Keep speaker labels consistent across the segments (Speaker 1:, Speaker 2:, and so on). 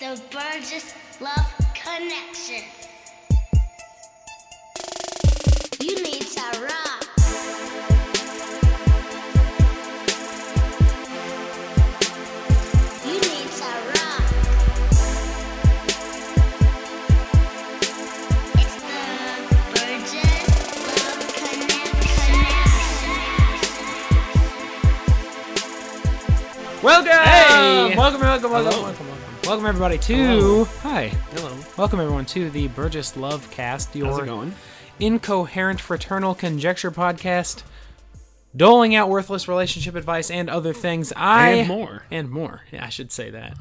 Speaker 1: the Burgess Love Connection. You need to rock. You need to rock. It's the Burgess Love Connection.
Speaker 2: Welcome!
Speaker 3: Hey!
Speaker 2: Welcome, welcome, welcome,
Speaker 3: Hello.
Speaker 2: welcome, welcome. Welcome everybody to
Speaker 3: Hello.
Speaker 2: Hi.
Speaker 3: Hello.
Speaker 2: Welcome everyone to the Burgess Love Cast, your
Speaker 3: How's it going?
Speaker 2: incoherent fraternal conjecture podcast, doling out worthless relationship advice and other things. I
Speaker 3: And more.
Speaker 2: And more. Yeah, I should say that.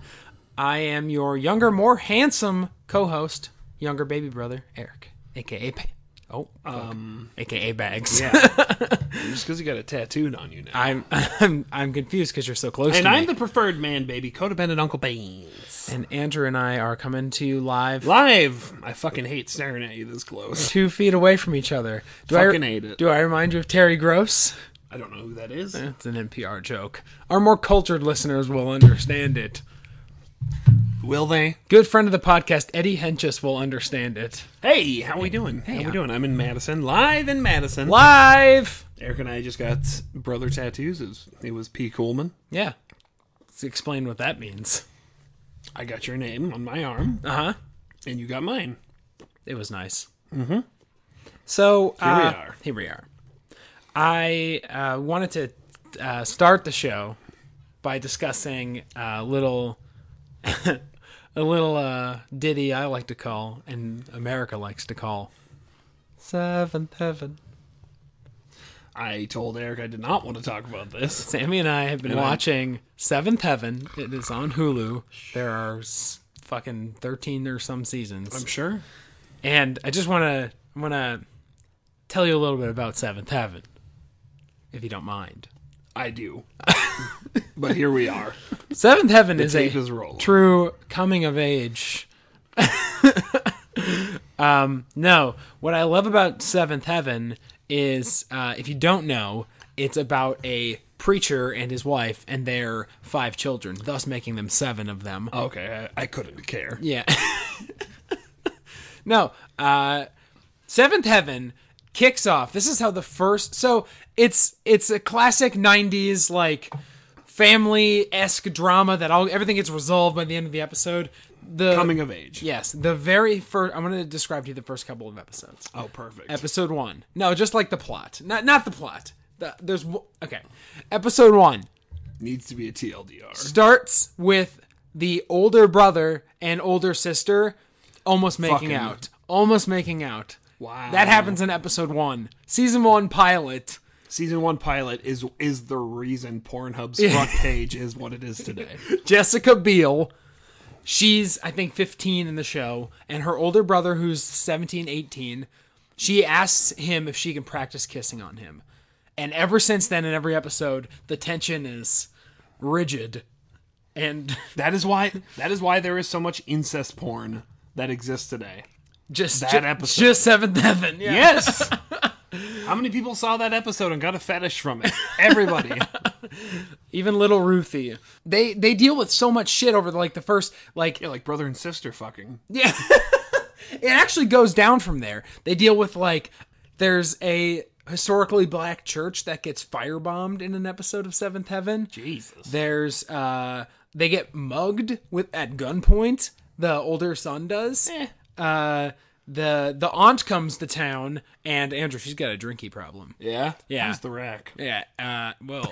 Speaker 2: I am your younger, more handsome co-host, younger baby brother, Eric, aka Pa- Oh, um, aka Bags.
Speaker 3: Yeah. Just because you got a tattooed on you now.
Speaker 2: I'm I'm I'm confused because you're so close.
Speaker 3: and
Speaker 2: to
Speaker 3: I'm
Speaker 2: me.
Speaker 3: the preferred man, baby. Codependent Uncle Beans.
Speaker 2: and Andrew and I are coming to you live
Speaker 3: Live! I fucking hate staring at you this close.
Speaker 2: two feet away from each other. Do
Speaker 3: Fucking
Speaker 2: I
Speaker 3: hate it.
Speaker 2: Do I remind you of Terry Gross?
Speaker 3: I don't know who that is.
Speaker 2: It's an NPR joke. Our more cultured listeners will understand it.
Speaker 3: Will they?
Speaker 2: Good friend of the podcast, Eddie Henches, will understand it.
Speaker 3: Hey, how we doing? Hey, how we doing? I'm in Madison. Live in Madison.
Speaker 2: Live.
Speaker 3: Eric and I just got brother tattoos. It was, it was P. Coolman.
Speaker 2: Yeah. Let's explain what that means.
Speaker 3: I got your name on my arm,
Speaker 2: Uh huh.
Speaker 3: and you got mine.
Speaker 2: It was nice. Mm-hmm. So here
Speaker 3: we
Speaker 2: uh,
Speaker 3: are.
Speaker 2: Here we are. I uh, wanted to uh, start the show by discussing a little, a little uh, ditty I like to call, and America likes to call, Seventh Heaven.
Speaker 3: I told Eric I did not want to talk about this.
Speaker 2: Sammy and I have been
Speaker 3: And I-
Speaker 2: watching Seventh Heaven. It is on Hulu. There are s- fucking thirteen or some seasons.
Speaker 3: I'm sure.
Speaker 2: And I just want to want to tell you a little bit about Seventh Heaven, if you don't mind.
Speaker 3: I do. but here we are.
Speaker 2: Seventh Heaven is
Speaker 3: tape
Speaker 2: a
Speaker 3: is rolling.
Speaker 2: true coming of age. um, no, what I love about Seventh Heaven is, uh, if you don't know, it's about a preacher and his wife and their five children, thus making them seven of them.
Speaker 3: Okay, I, I couldn't care.
Speaker 2: Yeah. no, uh Seventh Heaven kicks off. This is how the first so it's it's a classic 90s like family-esque drama that all everything gets resolved by the end of the episode. The
Speaker 3: Coming of age.
Speaker 2: Yes, the very first I'm going to describe to you the first couple of episodes.
Speaker 3: Oh, perfect.
Speaker 2: Episode 1. No, just like the plot. Not not the plot. The, there's w- okay. Episode 1
Speaker 3: Needs to be a TLDR.
Speaker 2: starts with the older brother and older sister almost making
Speaker 3: Fucking-
Speaker 2: out. Almost making out.
Speaker 3: Wow.
Speaker 2: That happens in episode one. Season one pilot.
Speaker 3: Season one pilot is is the reason Pornhub's front page is what it is today.
Speaker 2: Jessica Biel. She's, I think, 15 in the show, and her older brother, who's 17, 18, she asks him if she can practice kissing on him. And ever since then, in every episode, the tension is rigid. And
Speaker 3: That is why that is why there is so much incest porn that exists today.
Speaker 2: just
Speaker 3: That
Speaker 2: ju-
Speaker 3: episode.
Speaker 2: just seventh heaven. Yeah.
Speaker 3: Yes. How many people saw that episode and got a fetish from it? Everybody.
Speaker 2: even little Ruthie. They they deal with so much shit over the, like the first like
Speaker 3: yeah, like brother and sister fucking.
Speaker 2: yeah. it actually goes down from there. They deal with like there's a historically black church that gets firebombed in an episode of Seventh Heaven.
Speaker 3: Jesus.
Speaker 2: There's uh they get mugged with at gunpoint. The older son does. Uh the the aunt comes to town and Andrew she's got a drinky problem.
Speaker 3: Yeah.
Speaker 2: Yeah.
Speaker 3: Who's the rack?
Speaker 2: Yeah. Uh well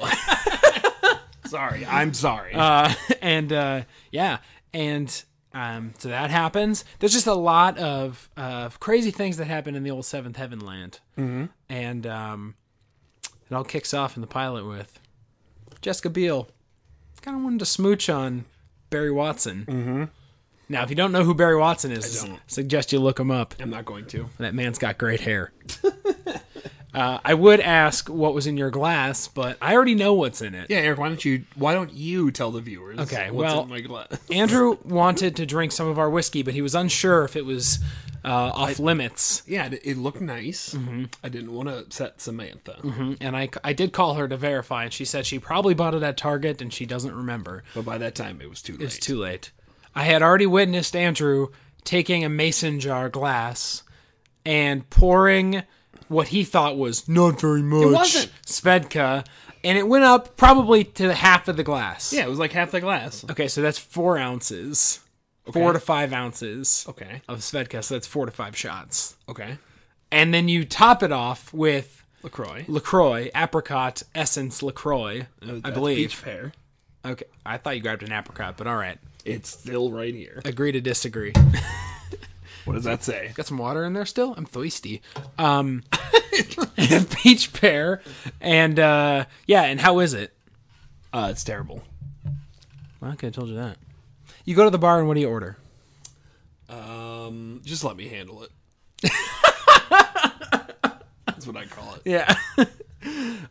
Speaker 3: Sorry, I'm sorry.
Speaker 2: uh, and uh, yeah, and um, so that happens. There's just a lot of uh, crazy things that happen in the old Seventh Heaven land, mm-hmm. and um, it all kicks off in the pilot with Jessica Biel. Kind of wanted to smooch on Barry Watson. Mm-hmm. Now, if you don't know who Barry Watson is,
Speaker 3: don't.
Speaker 2: suggest you look him up.
Speaker 3: I'm not going to.
Speaker 2: That man's got great hair. uh, I would ask what was in your glass, but I already know what's in it.
Speaker 3: Yeah, Eric, why don't you why don't you tell the viewers?
Speaker 2: Okay,
Speaker 3: what's
Speaker 2: well-
Speaker 3: in my glass?
Speaker 2: Andrew wanted to drink some of our whiskey, but he was unsure if it was uh, off limits.
Speaker 3: yeah, it, it looked nice.
Speaker 2: Mm-hmm.
Speaker 3: I didn't want to upset Samantha,
Speaker 2: And I, I did call her to verify, and she said she probably bought it at Target and she doesn't remember.
Speaker 3: but by that time it was too late.
Speaker 2: It's too late. I had already witnessed Andrew taking a mason jar glass and pouring what he thought was not very much
Speaker 3: wasn't.
Speaker 2: Svedka, and it went up probably to half of the glass.
Speaker 3: Yeah, it was like half the glass.
Speaker 2: Okay, so that's four ounces, four
Speaker 3: Okay.
Speaker 2: to five ounces
Speaker 3: Okay.
Speaker 2: of Svedka. So that's four to five shots,
Speaker 3: Okay.
Speaker 2: and then you top it off with
Speaker 3: LaCroix. Uh,
Speaker 2: Lacroix, apricot essence Lacroix, I
Speaker 3: That's
Speaker 2: believe.
Speaker 3: Peach pear.
Speaker 2: Okay, I thought you grabbed an apricot, but all right.
Speaker 3: It's still right here.
Speaker 2: Agree to disagree.
Speaker 3: What does that say?
Speaker 2: Got some water in there still? I'm thirsty. Um, peach pear, and uh, yeah, and how is it?
Speaker 3: Uh, it's terrible.
Speaker 2: Well, okay, I told you that. You go to the bar and what do you order?
Speaker 3: Um, just let me handle it. That's what I call it.
Speaker 2: Yeah.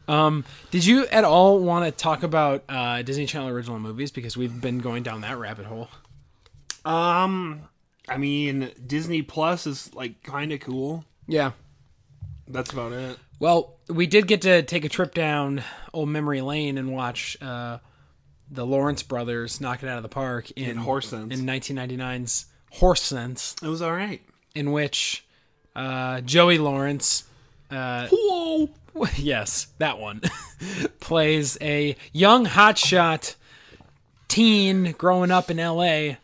Speaker 2: um, did you at all want to talk about uh, Disney Channel original movies because we've been going down that rabbit hole?
Speaker 3: Um, I mean, Disney Plus is like kind of cool.
Speaker 2: Yeah.
Speaker 3: That's about it.
Speaker 2: Well, we did get to take a trip down old memory lane and watch uh, the Lawrence brothers knock it out of the park in, in
Speaker 3: Horse Sense.
Speaker 2: in 1999's Horse Sense,
Speaker 3: It was all right.
Speaker 2: in which uh, Joey Lawrence, uh,
Speaker 3: Whoa!
Speaker 2: yes, that one, plays a young hotshot teen growing up in L.A.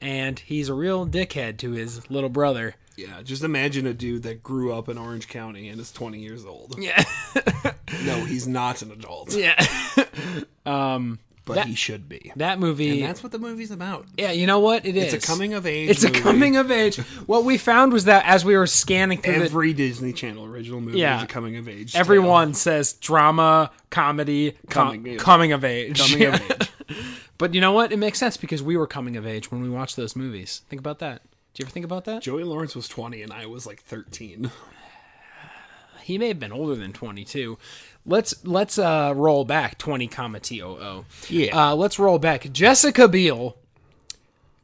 Speaker 2: And he's a real dickhead to his little brother.
Speaker 3: Yeah, just imagine a dude that grew up in Orange County and is 20 years old.
Speaker 2: Yeah,
Speaker 3: No, he's not an adult,
Speaker 2: yeah.
Speaker 3: but he should be.
Speaker 2: That movie.
Speaker 3: And that's what the movie's about.
Speaker 2: yeah, you know what? It is.
Speaker 3: It's a coming of age.
Speaker 2: It's
Speaker 3: movie.
Speaker 2: a coming of age. What we found was that as we were scanning through the,
Speaker 3: Every Disney Channel original movie
Speaker 2: Yeah.
Speaker 3: is a coming of age. tale.
Speaker 2: everyone says drama, comedy, com-
Speaker 3: Coming,
Speaker 2: coming,
Speaker 3: yeah.
Speaker 2: of age.
Speaker 3: coming
Speaker 2: Yeah.
Speaker 3: of age.
Speaker 2: But you know what? It makes sense because we were coming of age when we watched those movies. Think about that. Do you ever think about that?
Speaker 3: Joey Lawrence was 20 and I was like 13.
Speaker 2: He may have been older than 22. Let's let's uh, roll back 20 comma TOO.
Speaker 3: Yeah.
Speaker 2: Uh, let's roll back. Jessica Biel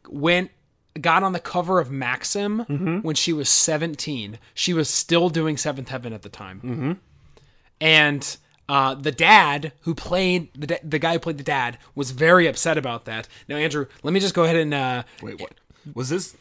Speaker 2: went got on the cover of Maxim
Speaker 3: Mm-hmm.
Speaker 2: when she was 17. She was still doing Seventh Heaven at the time. Mm-hmm. And uh, the dad who played the da- the guy who played the dad was very upset about that. Now, Andrew, let me just go ahead and uh,
Speaker 3: Wait, what? Was this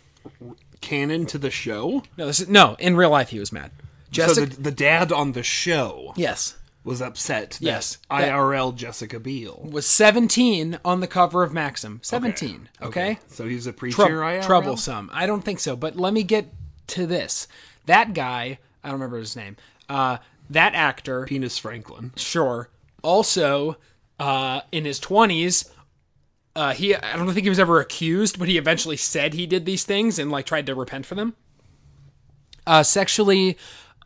Speaker 3: canon to the show?
Speaker 2: no, this is, no. In real life, he was mad. Jessica,
Speaker 3: So the, the dad on the show
Speaker 2: yes,
Speaker 3: was upset that
Speaker 2: Yes.
Speaker 3: IRL Jessica Biel.
Speaker 2: was 17 on the cover of Maxim. 17. Okay.
Speaker 3: So he's a preacher
Speaker 2: Trou-
Speaker 3: IRL?
Speaker 2: troublesome. I don't think so. But let me get to this. That guy, I don't remember his name. Uh, that actor,
Speaker 3: Penis Franklin.
Speaker 2: sure. Also, uh, in his 20s, uh, he I don't think he was ever accused, but he eventually said he did these things and like tried to repent for them. Uh, sexually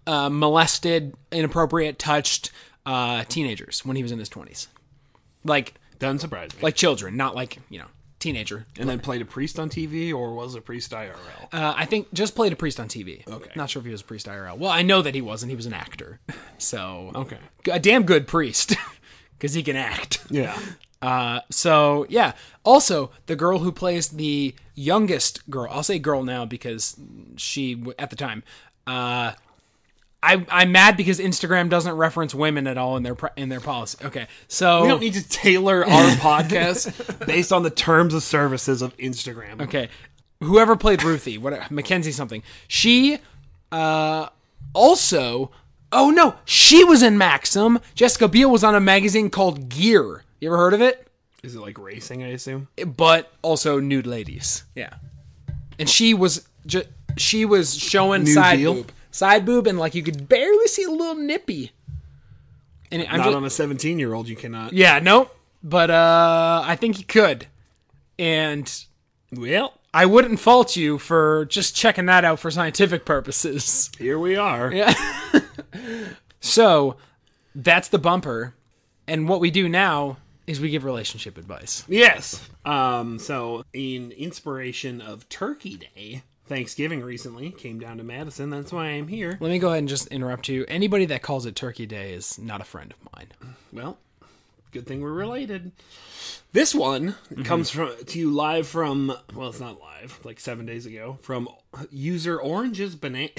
Speaker 2: uh, molested, inappropriate, touched uh, teenagers when he was in his 20s. Like
Speaker 3: Doesn't surprise me.
Speaker 2: like children, not like, you know, teenager.
Speaker 3: and then played a priest on TV or was a priest IRL?
Speaker 2: Uh, I think just played a priest on TV.
Speaker 3: Okay.
Speaker 2: Not sure if he was a priest IRL. Well, I know that he wasn't. He was an actor. So,
Speaker 3: Okay.
Speaker 2: a damn good priest because he can act.
Speaker 3: Yeah.
Speaker 2: Uh, so, yeah. Also, the girl who plays the youngest girl, I'll say girl now because she, w- at the time, uh, I, I'm mad because Instagram doesn't reference women at all in their pr- in their policy. Okay, so
Speaker 3: We don't need to tailor our podcast based on the terms of services of Instagram.
Speaker 2: Okay. Whoever played Ruthie, what Mackenzie something. She uh also oh no, she was in Maxim. Jessica Biel was on a magazine called Gear. You ever heard of it?
Speaker 3: Is it like racing, I assume?
Speaker 2: But also nude ladies. Yeah. And she was ju- she was showing side
Speaker 3: deal?
Speaker 2: boob. Side boob and like you could barely see a little nippy. And I'm
Speaker 3: Not
Speaker 2: just,
Speaker 3: on a 17 year old, you cannot.
Speaker 2: Yeah, nope. But uh I think you could. And
Speaker 3: Well,
Speaker 2: I wouldn't fault you for just checking that out for scientific purposes.
Speaker 3: here we are.
Speaker 2: So that's the bumper. And what we do now is we give relationship advice.
Speaker 3: Yes. Um, so, in inspiration of Turkey Day, Thanksgiving recently came down to Madison. That's why I'm here.
Speaker 2: Let me go ahead and just interrupt you. Anybody that calls it Turkey Day is not a friend of mine.
Speaker 3: Well, good thing we're related. This one
Speaker 2: Mm-hmm.
Speaker 3: comes from to you live from well, it's not live, like seven days ago from user oranges banana,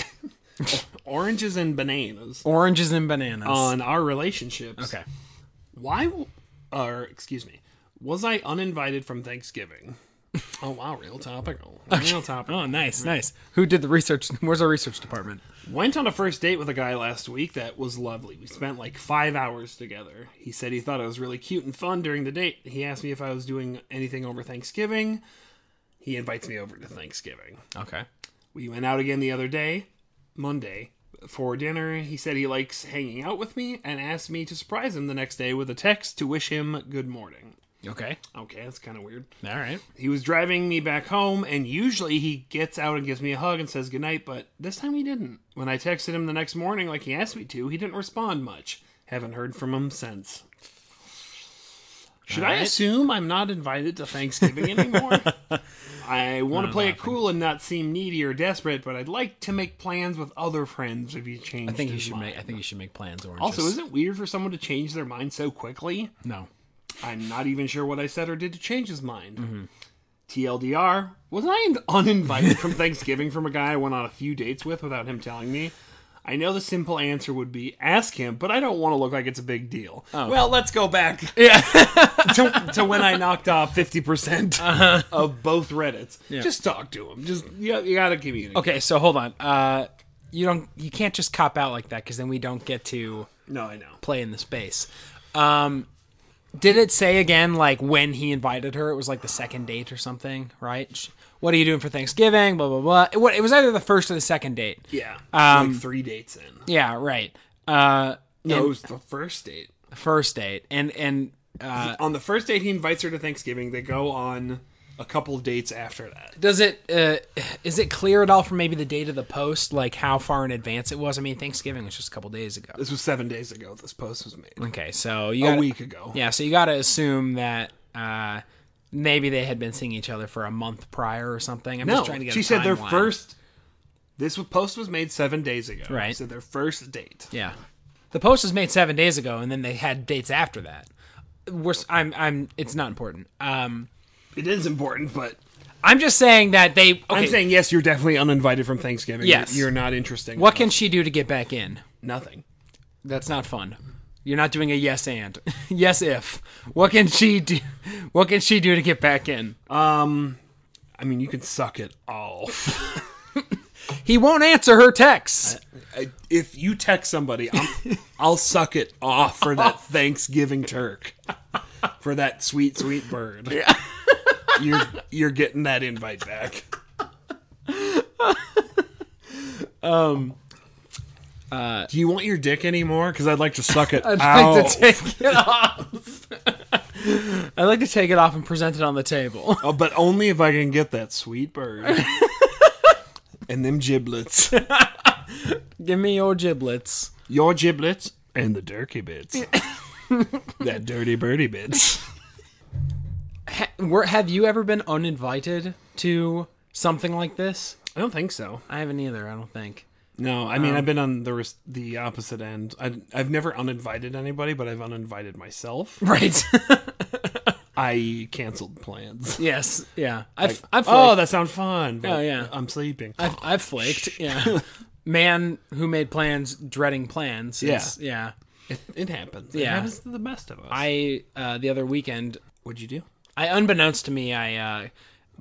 Speaker 3: oranges and bananas
Speaker 2: Oranges and bananas.
Speaker 3: on our relationships.
Speaker 2: okay.
Speaker 3: why? w- Or excuse me, was I uninvited from Thanksgiving? Oh wow, real topical. Real topical.
Speaker 2: Oh, nice, nice. Who did the research? Where's our research department?
Speaker 3: Went on a first date with a guy last week that was lovely. We spent like five hours together. He said he thought I was really cute and fun during the date. He asked me if I was doing anything over Thanksgiving. He invites me over to Thanksgiving.
Speaker 2: Okay.
Speaker 3: We went out again the other day, Monday, for dinner. He said he likes hanging out with me and asked me to surprise him the next day with a text to wish him good morning.
Speaker 2: Okay.
Speaker 3: Okay, that's kind of weird.
Speaker 2: All right.
Speaker 3: He was driving me back home, and usually he gets out and gives me a hug and says goodnight, but this time he didn't. When I texted him the next morning, like he asked me to, he didn't respond much. Haven't heard from him since. Should I
Speaker 2: Alright.
Speaker 3: assume I'm not invited to Thanksgiving anymore? I want to play it cool and not seem needy or desperate, but I'd like to make plans with other friends if you change.
Speaker 2: I think you should make. I think you should make plans. Oranges.
Speaker 3: Also, is it weird for someone to change their mind so quickly?
Speaker 2: no.
Speaker 3: I'm not even sure what I said or did to change his mind. TLDR, was I in- uninvited from Thanksgiving from a guy I went on a few dates with without him telling me? I know the simple answer would be ask him, but I don't want to look like it's a big deal. Well, let's go back to, to when I knocked off 50% of both Reddits. Just talk to him. Just you, you got to communicate.
Speaker 2: Okay, so hold on. Uh, you don't. You can't just cop out like that because then we don't get to
Speaker 3: No, I know.
Speaker 2: play in the space. Um, did it say again like when he invited her? It was like the second date or something, right? Sh- What are you doing for Thanksgiving? Blah blah blah. It, wa- it was either the first or the second date.
Speaker 3: Yeah. like three dates in.
Speaker 2: Yeah, right. Uh,
Speaker 3: No, it was the first date.
Speaker 2: first date, and and uh,
Speaker 3: on the first date he invites her to thanksgiving they go on a couple dates after that
Speaker 2: does it uh, is it clear at all from maybe the date of the post, like how far in advance it was? I mean, Thanksgiving was just a couple days ago.
Speaker 3: this was seven days ago this post was made
Speaker 2: Okay, so you
Speaker 3: a
Speaker 2: got
Speaker 3: week ago
Speaker 2: Yeah, so you got to assume that uh, maybe they had been seeing each other for a month prior or something. I'm
Speaker 3: no
Speaker 2: just trying to get.
Speaker 3: she
Speaker 2: a
Speaker 3: said their
Speaker 2: timeline.
Speaker 3: first this was- post was made seven days ago
Speaker 2: Right.
Speaker 3: She said their first date
Speaker 2: Yeah, the post was made seven days ago, and then they had dates after that. We're, s- I'm, I'm. It's not important. Um,
Speaker 3: it is important but
Speaker 2: I'm just saying that they. Okay,
Speaker 3: i'm saying yes you're definitely uninvited from thanksgiving
Speaker 2: Yes.
Speaker 3: you're, you're not interesting
Speaker 2: what can she do to get back in?
Speaker 3: nothing
Speaker 2: That's not fun. You're not doing a yes and yes if. What can she do? What can she do to get back in?
Speaker 3: i mean you can suck it all
Speaker 2: He won't answer her texts.
Speaker 3: I- if you text somebody, I'm, I'll suck it off for that Thanksgiving Turk, for that sweet sweet bird. you're you're getting that invite back. Um. Do you want your dick anymore? Because I'd like to suck it
Speaker 2: uh, I'd
Speaker 3: out.
Speaker 2: like to take it off. I'd like to take it off and present it on the table.
Speaker 3: Oh, but only if I can get that sweet bird and them giblets,
Speaker 2: Give me your giblets.
Speaker 3: your giblets and the dirty bits, that dirty birdie bits.
Speaker 2: Ha- were, have you ever been uninvited to something like this?
Speaker 3: I don't think so.
Speaker 2: I haven't either. I don't think.
Speaker 3: No, I mean I've been on the res- the opposite end. I, I've never uninvited anybody, but I've uninvited myself.
Speaker 2: Right.
Speaker 3: I canceled plans.
Speaker 2: yes. Yeah. I've I've
Speaker 3: Oh,
Speaker 2: flaked.
Speaker 3: that sounds fun. but
Speaker 2: Oh, yeah.
Speaker 3: I'm sleeping.
Speaker 2: I've, I've flaked. Yeah. Man who made plans, dreading plans. It's- Yeah.
Speaker 3: It, it happens. It
Speaker 2: Yeah.
Speaker 3: happens to the best of us.
Speaker 2: I uh, the other weekend
Speaker 3: What'd you do?
Speaker 2: I unbeknownst to me, I uh,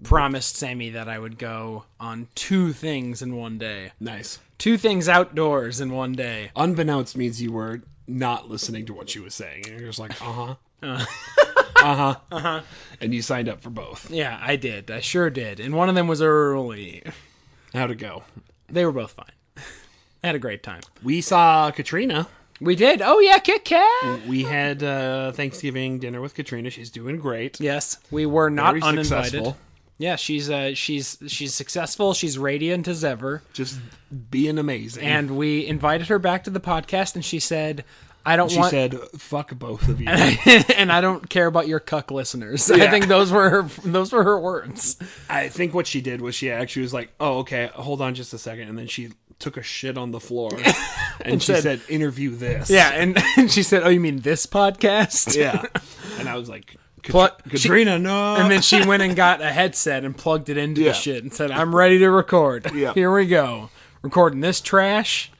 Speaker 2: promised Sammy that I would go on two things in one day.
Speaker 3: Nice.
Speaker 2: Two things outdoors in one day.
Speaker 3: Unbeknownst means you were not listening to what she was saying. And you're just like, uh huh. Uh huh. Uh huh. And you signed up for both.
Speaker 2: Yeah, I did. I sure did. And one of them was early.
Speaker 3: How'd it go?
Speaker 2: They were both fine. I had a great time.
Speaker 3: We saw Katrina.
Speaker 2: We did. Oh yeah, Kit Kat.
Speaker 3: We had uh, Thanksgiving dinner with Katrina. She's doing great.
Speaker 2: Yes, we were not
Speaker 3: Very
Speaker 2: uninvited.
Speaker 3: successful.
Speaker 2: Yeah, she's uh, she's she's successful. She's radiant as ever.
Speaker 3: Just being amazing.
Speaker 2: And we invited her back to the podcast, and she said, "I don't
Speaker 3: She
Speaker 2: want."
Speaker 3: said, "Fuck both of you."
Speaker 2: and I don't care about your cuck listeners. I think those were her, those were her words.
Speaker 3: I think what she did was she actually was like, "Oh, okay, hold on just a second. and then she took a shit on the floor and, she
Speaker 2: said-
Speaker 3: said, "Interview this."
Speaker 2: Yeah, and, and she said, "Oh, you mean this podcast?"
Speaker 3: yeah. And I was like, "Kat-
Speaker 2: Plu- she-
Speaker 3: "Katrina, no."
Speaker 2: And then she went and got a headset and plugged it into
Speaker 3: Yeah.
Speaker 2: the shit and said, "I'm ready to record.
Speaker 3: Yeah.
Speaker 2: Here we go, recording this trash."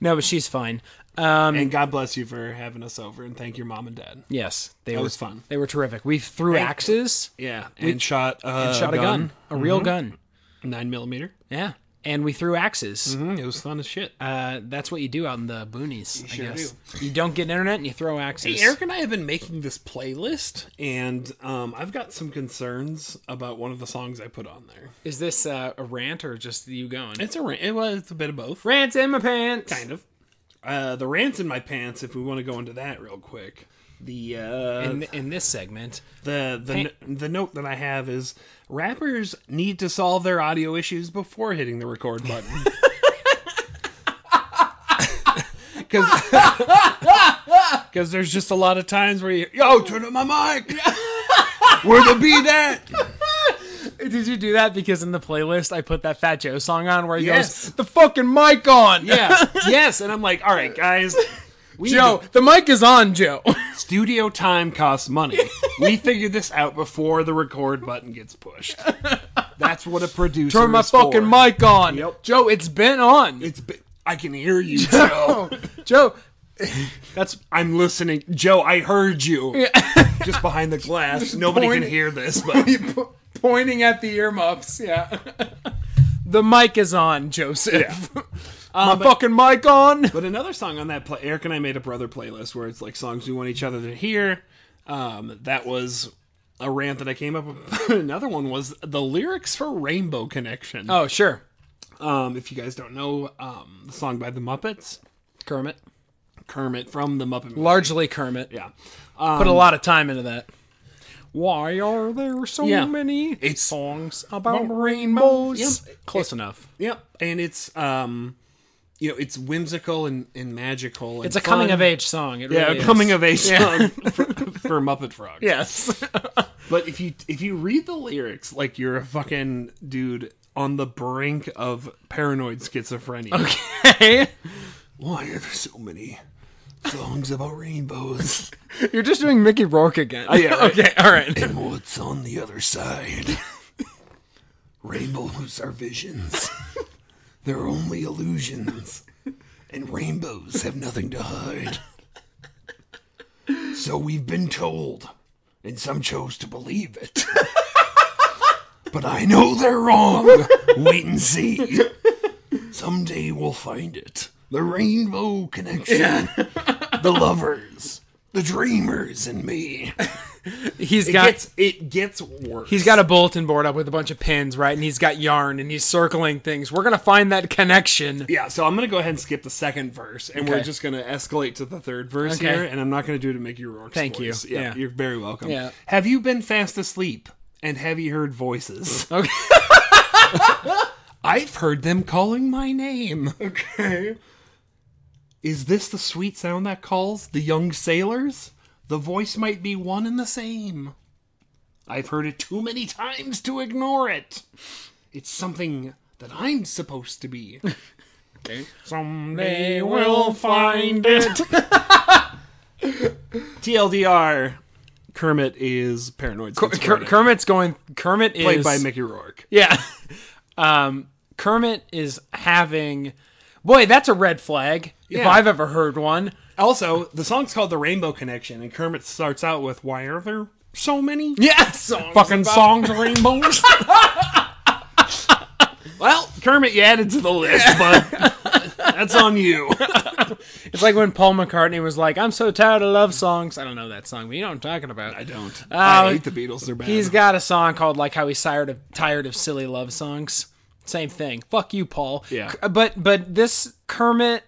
Speaker 2: No, but she's fine.
Speaker 3: Um, and God bless you for having us over, and thank your mom and dad.
Speaker 2: Yes, they
Speaker 3: That
Speaker 2: were
Speaker 3: was fun.
Speaker 2: They were terrific. We threw
Speaker 3: Thank-
Speaker 2: axes
Speaker 3: Yeah, and shot uh,
Speaker 2: and shot a gun, Mm-hmm. a real gun.
Speaker 3: nine millimeter.
Speaker 2: Yeah, and we threw axes.
Speaker 3: Mm, it was fun as shit.
Speaker 2: Uh, that's what you do out in the boonies. I
Speaker 3: sure
Speaker 2: guess you don't get internet and you throw axes.
Speaker 3: Hey, Eric and I have been making this playlist, and um, I've got some concerns about one of the songs I put on there.
Speaker 2: Is this uh, a rant or just you going?
Speaker 3: It's a ra- it was it's a bit of both,
Speaker 2: rants in my pants.
Speaker 3: kind of. Uh, the rants in my pants. If we want to go into that real quick, the uh,
Speaker 2: In, in this segment,
Speaker 3: the the n- the note that I have is rappers need to solve their audio issues before hitting the record button. Because there's just a lot of times where you yo turn up my mic, where the beat at?
Speaker 2: did you do that because in the playlist I put that Fat Joe song on where he
Speaker 3: Yes.
Speaker 2: goes the fucking mic on.
Speaker 3: Yeah, yes, and I'm like, all right, guys, we need
Speaker 2: Joe, the mic is on, Joe.
Speaker 3: Studio time costs money. we figured this out before the record button gets pushed. That's what a producer.
Speaker 2: Turn my
Speaker 3: is for.
Speaker 2: fucking mic on.
Speaker 3: Yep.
Speaker 2: Joe, it's been on.
Speaker 3: It's. Been, I can hear you, Joe.
Speaker 2: Joe,
Speaker 3: That's. I'm listening, Joe. I heard you. Just behind the glass. Nobody
Speaker 2: pointing.
Speaker 3: can hear this, but
Speaker 2: pointing at the earmuffs. Yeah. the mic is on, Joseph. Um, my fucking mic on.
Speaker 3: But another song on that play, Eric and I made a brother playlist where it's like songs we want each other to hear. Um, that was a rant that I came up with. another one was the lyrics for Rainbow Connection.
Speaker 2: Oh, sure.
Speaker 3: Um, if you guys don't know, um, the song by the Muppets,
Speaker 2: Kermit.
Speaker 3: Kermit from the Muppet. Movie.
Speaker 2: Largely Kermit.
Speaker 3: Yeah.
Speaker 2: Put a lot of time into that. Why are there so
Speaker 3: Yeah.
Speaker 2: many
Speaker 3: It's-
Speaker 2: songs about rainbows?
Speaker 3: Yep.
Speaker 2: Close enough.
Speaker 3: Yep. And it's um, you know, it's whimsical and, and magical. And
Speaker 2: It's a coming
Speaker 3: fun.
Speaker 2: of age song. It
Speaker 3: Yeah,
Speaker 2: really
Speaker 3: a
Speaker 2: is.
Speaker 3: coming of age song for, for Muppet Frog.
Speaker 2: Yes.
Speaker 3: But if you if you read the lyrics, like you're a fucking dude on the brink of paranoid schizophrenia.
Speaker 2: okay.
Speaker 3: Why are there so many songs about rainbows?
Speaker 2: You're just doing Mickey Rourke again.
Speaker 3: yeah, right.
Speaker 2: okay. All Uh, right.
Speaker 3: What's on the other side? Rainbows are visions. They're only illusions. And rainbows have nothing to hide. So we've been told, and some chose to believe it. But I know they're wrong. Wait and see. Someday we'll find it. The rainbow connection. The lovers. The dreamers and me.
Speaker 2: He's
Speaker 3: It
Speaker 2: got.
Speaker 3: gets it gets worse.
Speaker 2: He's got a bulletin board up with a bunch of pins, right? And he's got yarn and he's circling things. We're going to find that connection.
Speaker 3: yeah. So I'm gonna go ahead and skip the second verse, and we're
Speaker 2: Okay.
Speaker 3: just gonna escalate to the third verse
Speaker 2: Okay.
Speaker 3: here. And I'm not gonna do it to make you Rourke's
Speaker 2: Thank you.
Speaker 3: voice. Yeah,
Speaker 2: Yeah.
Speaker 3: you're very welcome.
Speaker 2: Yeah.
Speaker 3: Have you been fast asleep and have you heard voices?
Speaker 2: Okay.
Speaker 3: I've heard them calling my name. Okay. Is this the sweet sound that calls the young sailors? The voice might be one and the same. I've heard it too many times to ignore it. It's something that I'm supposed to be.
Speaker 2: Okay.
Speaker 3: Someday we'll find it. TLDR, Kermit is paranoid.
Speaker 2: Ker-
Speaker 3: schizophrenic,
Speaker 2: Kermit's going. Kermit
Speaker 3: played
Speaker 2: is
Speaker 3: by Mickey Rourke.
Speaker 2: yeah. Um, Kermit is having. Boy, that's a red flag if
Speaker 3: Yeah.
Speaker 2: I've ever heard one.
Speaker 3: Also, the song's called "The Rainbow Connection," and Kermit starts out with, "Why are there so many
Speaker 2: Yeah, songs
Speaker 3: fucking
Speaker 2: about-
Speaker 3: songs of rainbows?" well, Kermit, you added to the list, but that's on you.
Speaker 2: It's like when Paul McCartney was like, "I'm so tired of love songs." I don't know that song, but you know what I'm talking about.
Speaker 3: I don't. I hate the Beatles. They're bad.
Speaker 2: He's got a song called like how he's tired of tired of silly love songs. Same thing. Fuck you, Paul.
Speaker 3: Yeah.
Speaker 2: C- But but this Kermit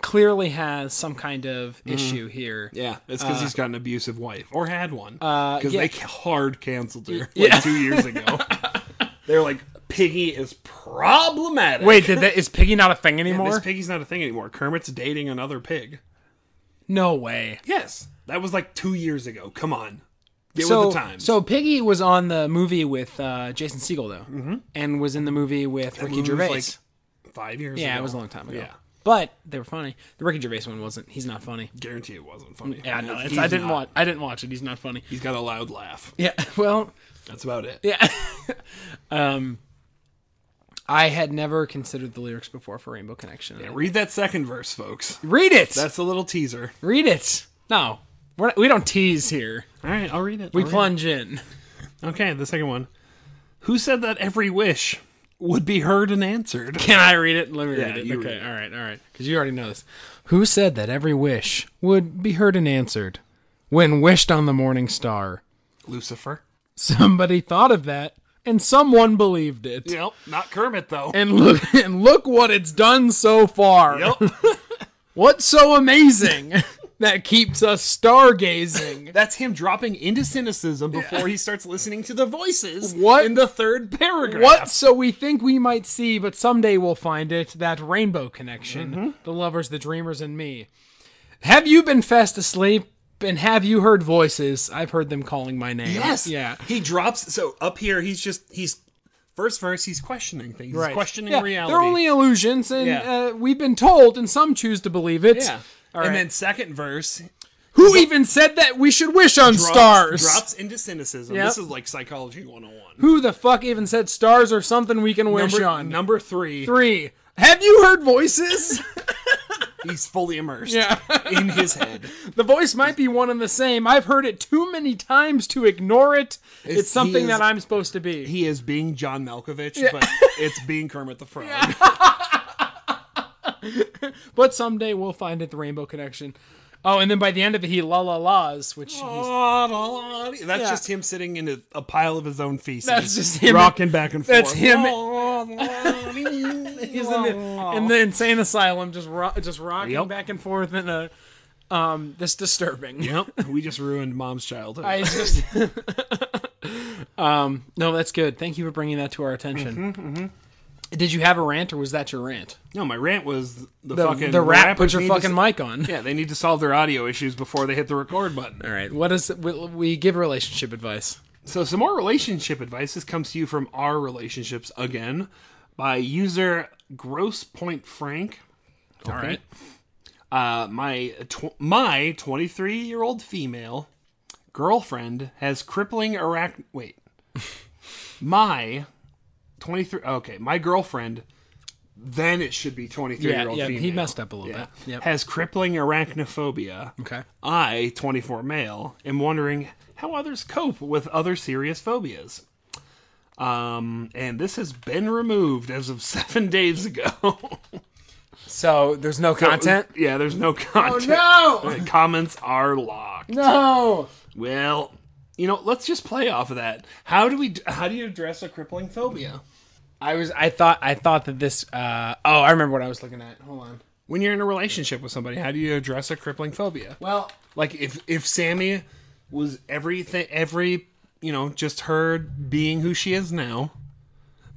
Speaker 2: clearly has some kind of issue here.
Speaker 3: Mm-hmm. Yeah, it's because he's got an abusive wife or had one. Because
Speaker 2: yeah.
Speaker 3: they ca- hard canceled her like
Speaker 2: Yeah.
Speaker 3: two years ago. They're like, Piggy is problematic.
Speaker 2: Wait, did that is Piggy not a thing anymore?
Speaker 3: this Piggy's not a thing anymore. Kermit's dating another pig.
Speaker 2: no way.
Speaker 3: Yes, that was like two years ago. Come on, get
Speaker 2: so
Speaker 3: with the times.
Speaker 2: so Piggy was on the movie with uh, Jason Segel though, and was in the movie with Ricky
Speaker 3: movie was,
Speaker 2: Gervais.
Speaker 3: five years.
Speaker 2: yeah,
Speaker 3: ago.
Speaker 2: it was a long time ago.
Speaker 3: Yeah,
Speaker 2: But they were funny. The Ricky Gervais one wasn't. He's not funny.
Speaker 3: guarantee it wasn't funny.
Speaker 2: Yeah, no, it's,
Speaker 3: He's
Speaker 2: I didn't
Speaker 3: not.
Speaker 2: watch. I didn't watch it. He's not funny.
Speaker 3: He's got a loud laugh.
Speaker 2: Yeah. Well,
Speaker 3: That's about it.
Speaker 2: Yeah. um I had never considered the lyrics before for Rainbow Connection.
Speaker 3: Read that second verse, folks.
Speaker 2: Read it.
Speaker 3: That's a little teaser.
Speaker 2: Read it. No, we're not, we don't tease here.
Speaker 3: All right, I'll read it.
Speaker 2: We
Speaker 3: I'll read
Speaker 2: plunge in.
Speaker 3: it. Okay, the second one. Who said that every wish would be heard and answered?
Speaker 2: Can I read it? Let me
Speaker 3: Yeah,
Speaker 2: read it.
Speaker 3: you
Speaker 2: Okay,
Speaker 3: read it.
Speaker 2: all right, all right. Because you already know this. Who said that every wish would be heard and answered when wished on the morning star?
Speaker 3: Lucifer.
Speaker 2: Somebody thought of that, and someone believed it.
Speaker 3: Yep, not Kermit though.
Speaker 2: And look, and look what it's done so far.
Speaker 3: Yep.
Speaker 2: What's so amazing that keeps us stargazing?
Speaker 3: That's him dropping into cynicism before he starts listening to the voices
Speaker 2: What?
Speaker 3: in the third paragraph.
Speaker 2: What so we think we might see, but someday we'll find it that rainbow connection,
Speaker 3: Mm-hmm.
Speaker 2: the lovers, the dreamers, and me. Have you been fast asleep? And have you heard voices? I've heard them calling my name.
Speaker 3: Yes.
Speaker 2: Yeah.
Speaker 3: He drops. So up here, he's just he's first verse. He's questioning things. He's questioning
Speaker 2: Yeah,
Speaker 3: reality.
Speaker 2: They're only illusions, and
Speaker 3: Yeah.
Speaker 2: uh, we've been told, and some choose to believe it.
Speaker 3: yeah.
Speaker 2: All
Speaker 3: and
Speaker 2: right.
Speaker 3: then second verse
Speaker 2: Who even said that we should wish on
Speaker 3: drops,
Speaker 2: stars?
Speaker 3: drops into cynicism.
Speaker 2: Yep.
Speaker 3: This is like psychology 101.
Speaker 2: Who the fuck even said stars are something we can wish
Speaker 3: Number,
Speaker 2: on?
Speaker 3: number three,
Speaker 2: Three. Have you heard voices?
Speaker 3: he's fully immersed
Speaker 2: Yeah.
Speaker 3: in his head.
Speaker 2: The voice might be one and the same. I've heard it too many times to ignore it. It's,
Speaker 3: It's-
Speaker 2: something
Speaker 3: he is-
Speaker 2: that I'm supposed to be.
Speaker 3: He is being John Malkovich, but it's being Kermit the Frog.
Speaker 2: but someday we'll find it the Rainbow Connection. Oh, and then by the end of it, he la la la's, which
Speaker 3: Oh,
Speaker 2: he's,
Speaker 3: That's
Speaker 2: Oh, Yeah.
Speaker 3: just him sitting in a, a pile of his own feces.
Speaker 2: That's just him.
Speaker 3: rocking back and forth.
Speaker 2: That's him.
Speaker 3: he's
Speaker 2: he's in, the,
Speaker 3: oh.
Speaker 2: in the insane asylum, just ro- just rocking
Speaker 3: Yep.
Speaker 2: back and forth in a um, this disturbing.
Speaker 3: Yep, we just ruined Mom's childhood.
Speaker 2: I just um, no, that's good. Thank you for bringing that to our attention.
Speaker 3: Mm-hmm,
Speaker 2: Did you have a rant, or was that your rant?
Speaker 3: no, my rant was the,
Speaker 2: The,
Speaker 3: fucking
Speaker 2: the rap put
Speaker 3: rappers
Speaker 2: your
Speaker 3: need to
Speaker 2: fucking
Speaker 3: s-
Speaker 2: mic on.
Speaker 3: Yeah, they need to solve their audio issues before they hit the record button.
Speaker 2: All right. What is we, we give relationship advice?
Speaker 3: So, some more relationship advice. This comes to you from our relationships again by user Gross Point Frank.
Speaker 2: All right.
Speaker 3: Uh, my tw- my 23 year old female girlfriend has crippling arach. Wait, my 23. Okay, my girlfriend. Then it should be 23 year
Speaker 2: Yeah,
Speaker 3: old
Speaker 2: yeah.
Speaker 3: female.
Speaker 2: He messed up a little
Speaker 3: Yeah.
Speaker 2: bit. Yep.
Speaker 3: Has crippling arachnophobia.
Speaker 2: okay.
Speaker 3: I, 24 male, am wondering how others cope with other serious phobias. Um, and this has been removed as of seven days ago.
Speaker 2: So there's no content. Oh,
Speaker 3: yeah, there's no content.
Speaker 2: no!
Speaker 3: Comments are locked.
Speaker 2: No.
Speaker 3: Well, you know, let's just play off of that. How do we? How do you address a crippling phobia?
Speaker 2: I was. I thought. I thought that this. Uh, oh, I remember what I was looking at. Hold on.
Speaker 3: When you're in a relationship with somebody, how do you address a crippling phobia?
Speaker 2: Well,
Speaker 3: Like if if Sammy was everything every you know just her being who she is now,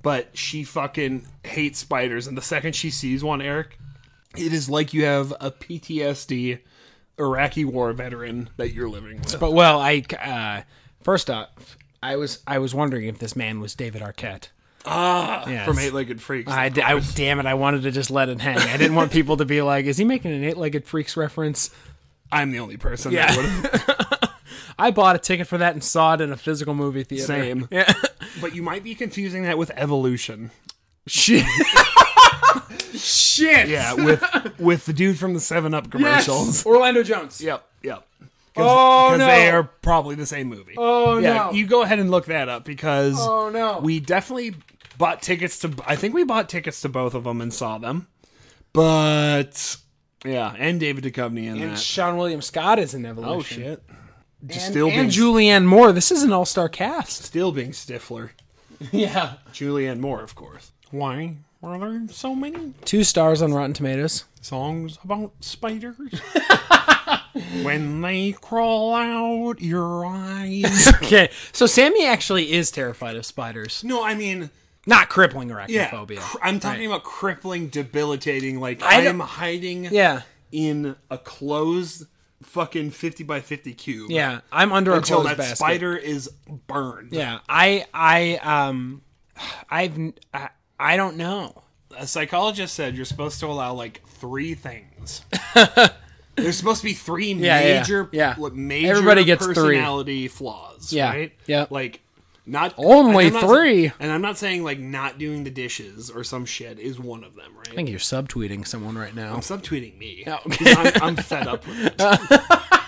Speaker 3: but she fucking hates spiders, and the second she sees one, Eric, it is like you have a PTSD Iraqi war veteran that you're living with.
Speaker 2: but well, I. Uh, first off, I was. I was wondering if this man was David Arquette.
Speaker 3: Ah,
Speaker 2: Yes.
Speaker 3: from Eight Legged Freaks.
Speaker 2: I, d- I- damn it! I wanted to just let it hang. I didn't want people to be like, "Is he making an eight-legged freaks reference?"
Speaker 3: I'm the only person
Speaker 2: Yeah.
Speaker 3: that would
Speaker 2: I bought a ticket for that and saw it in a physical movie theater.
Speaker 3: same.
Speaker 2: Yeah.
Speaker 3: But you might be confusing that with evolution.
Speaker 2: Shit. Shit.
Speaker 3: Yeah, with with the dude from the Seven Up commercials.
Speaker 2: Orlando Jones.
Speaker 3: Yep, yep.
Speaker 2: Oh, no.
Speaker 3: they are probably the same movie.
Speaker 2: Oh,
Speaker 3: yeah,
Speaker 2: no.
Speaker 3: You go ahead and look that up because
Speaker 2: Oh, no.
Speaker 3: we definitely bought tickets to. I think we bought tickets to both of them and saw them, but yeah, and David Duchovny in
Speaker 2: and
Speaker 3: that.
Speaker 2: Sean William Scott is in Evolution.
Speaker 3: oh shit! Just
Speaker 2: And,
Speaker 3: still being
Speaker 2: and Julianne Moore. This is an all-star cast.
Speaker 3: still being Stifler.
Speaker 2: Yeah.
Speaker 3: Julianne Moore, of course. Why are there so many
Speaker 2: Two stars on Rotten Tomatoes.
Speaker 3: songs about spiders? when they crawl out your eyes.
Speaker 2: Okay. So Sammy actually is terrified of spiders.
Speaker 3: no, I mean.
Speaker 2: Not crippling
Speaker 3: Yeah,
Speaker 2: arachnophobia.
Speaker 3: cr- I'm talking about crippling, debilitating. Like
Speaker 2: I
Speaker 3: I,
Speaker 2: don't-
Speaker 3: am hiding
Speaker 2: Yeah.
Speaker 3: in a closed fucking 50 by 50 cube.
Speaker 2: Yeah. I'm under a
Speaker 3: Until
Speaker 2: clothes
Speaker 3: that
Speaker 2: basket.
Speaker 3: spider is burned.
Speaker 2: Yeah. I I um I've n- I, I don't know.
Speaker 3: A psychologist said you're supposed to allow like three things. There's supposed to be three
Speaker 2: yeah,
Speaker 3: major,
Speaker 2: yeah.
Speaker 3: like, major
Speaker 2: Everybody gets three.
Speaker 3: personality flaws.
Speaker 2: Yeah,
Speaker 3: Right?
Speaker 2: yeah.
Speaker 3: Like Not
Speaker 2: Only
Speaker 3: and I'm not-
Speaker 2: three.
Speaker 3: and I'm not saying like not doing the dishes or some shit is one of them, right?
Speaker 2: I think you're subtweeting someone right now.
Speaker 3: I'm subtweeting me.
Speaker 2: Oh.
Speaker 3: 'Cause I'm, I'm fed up with it.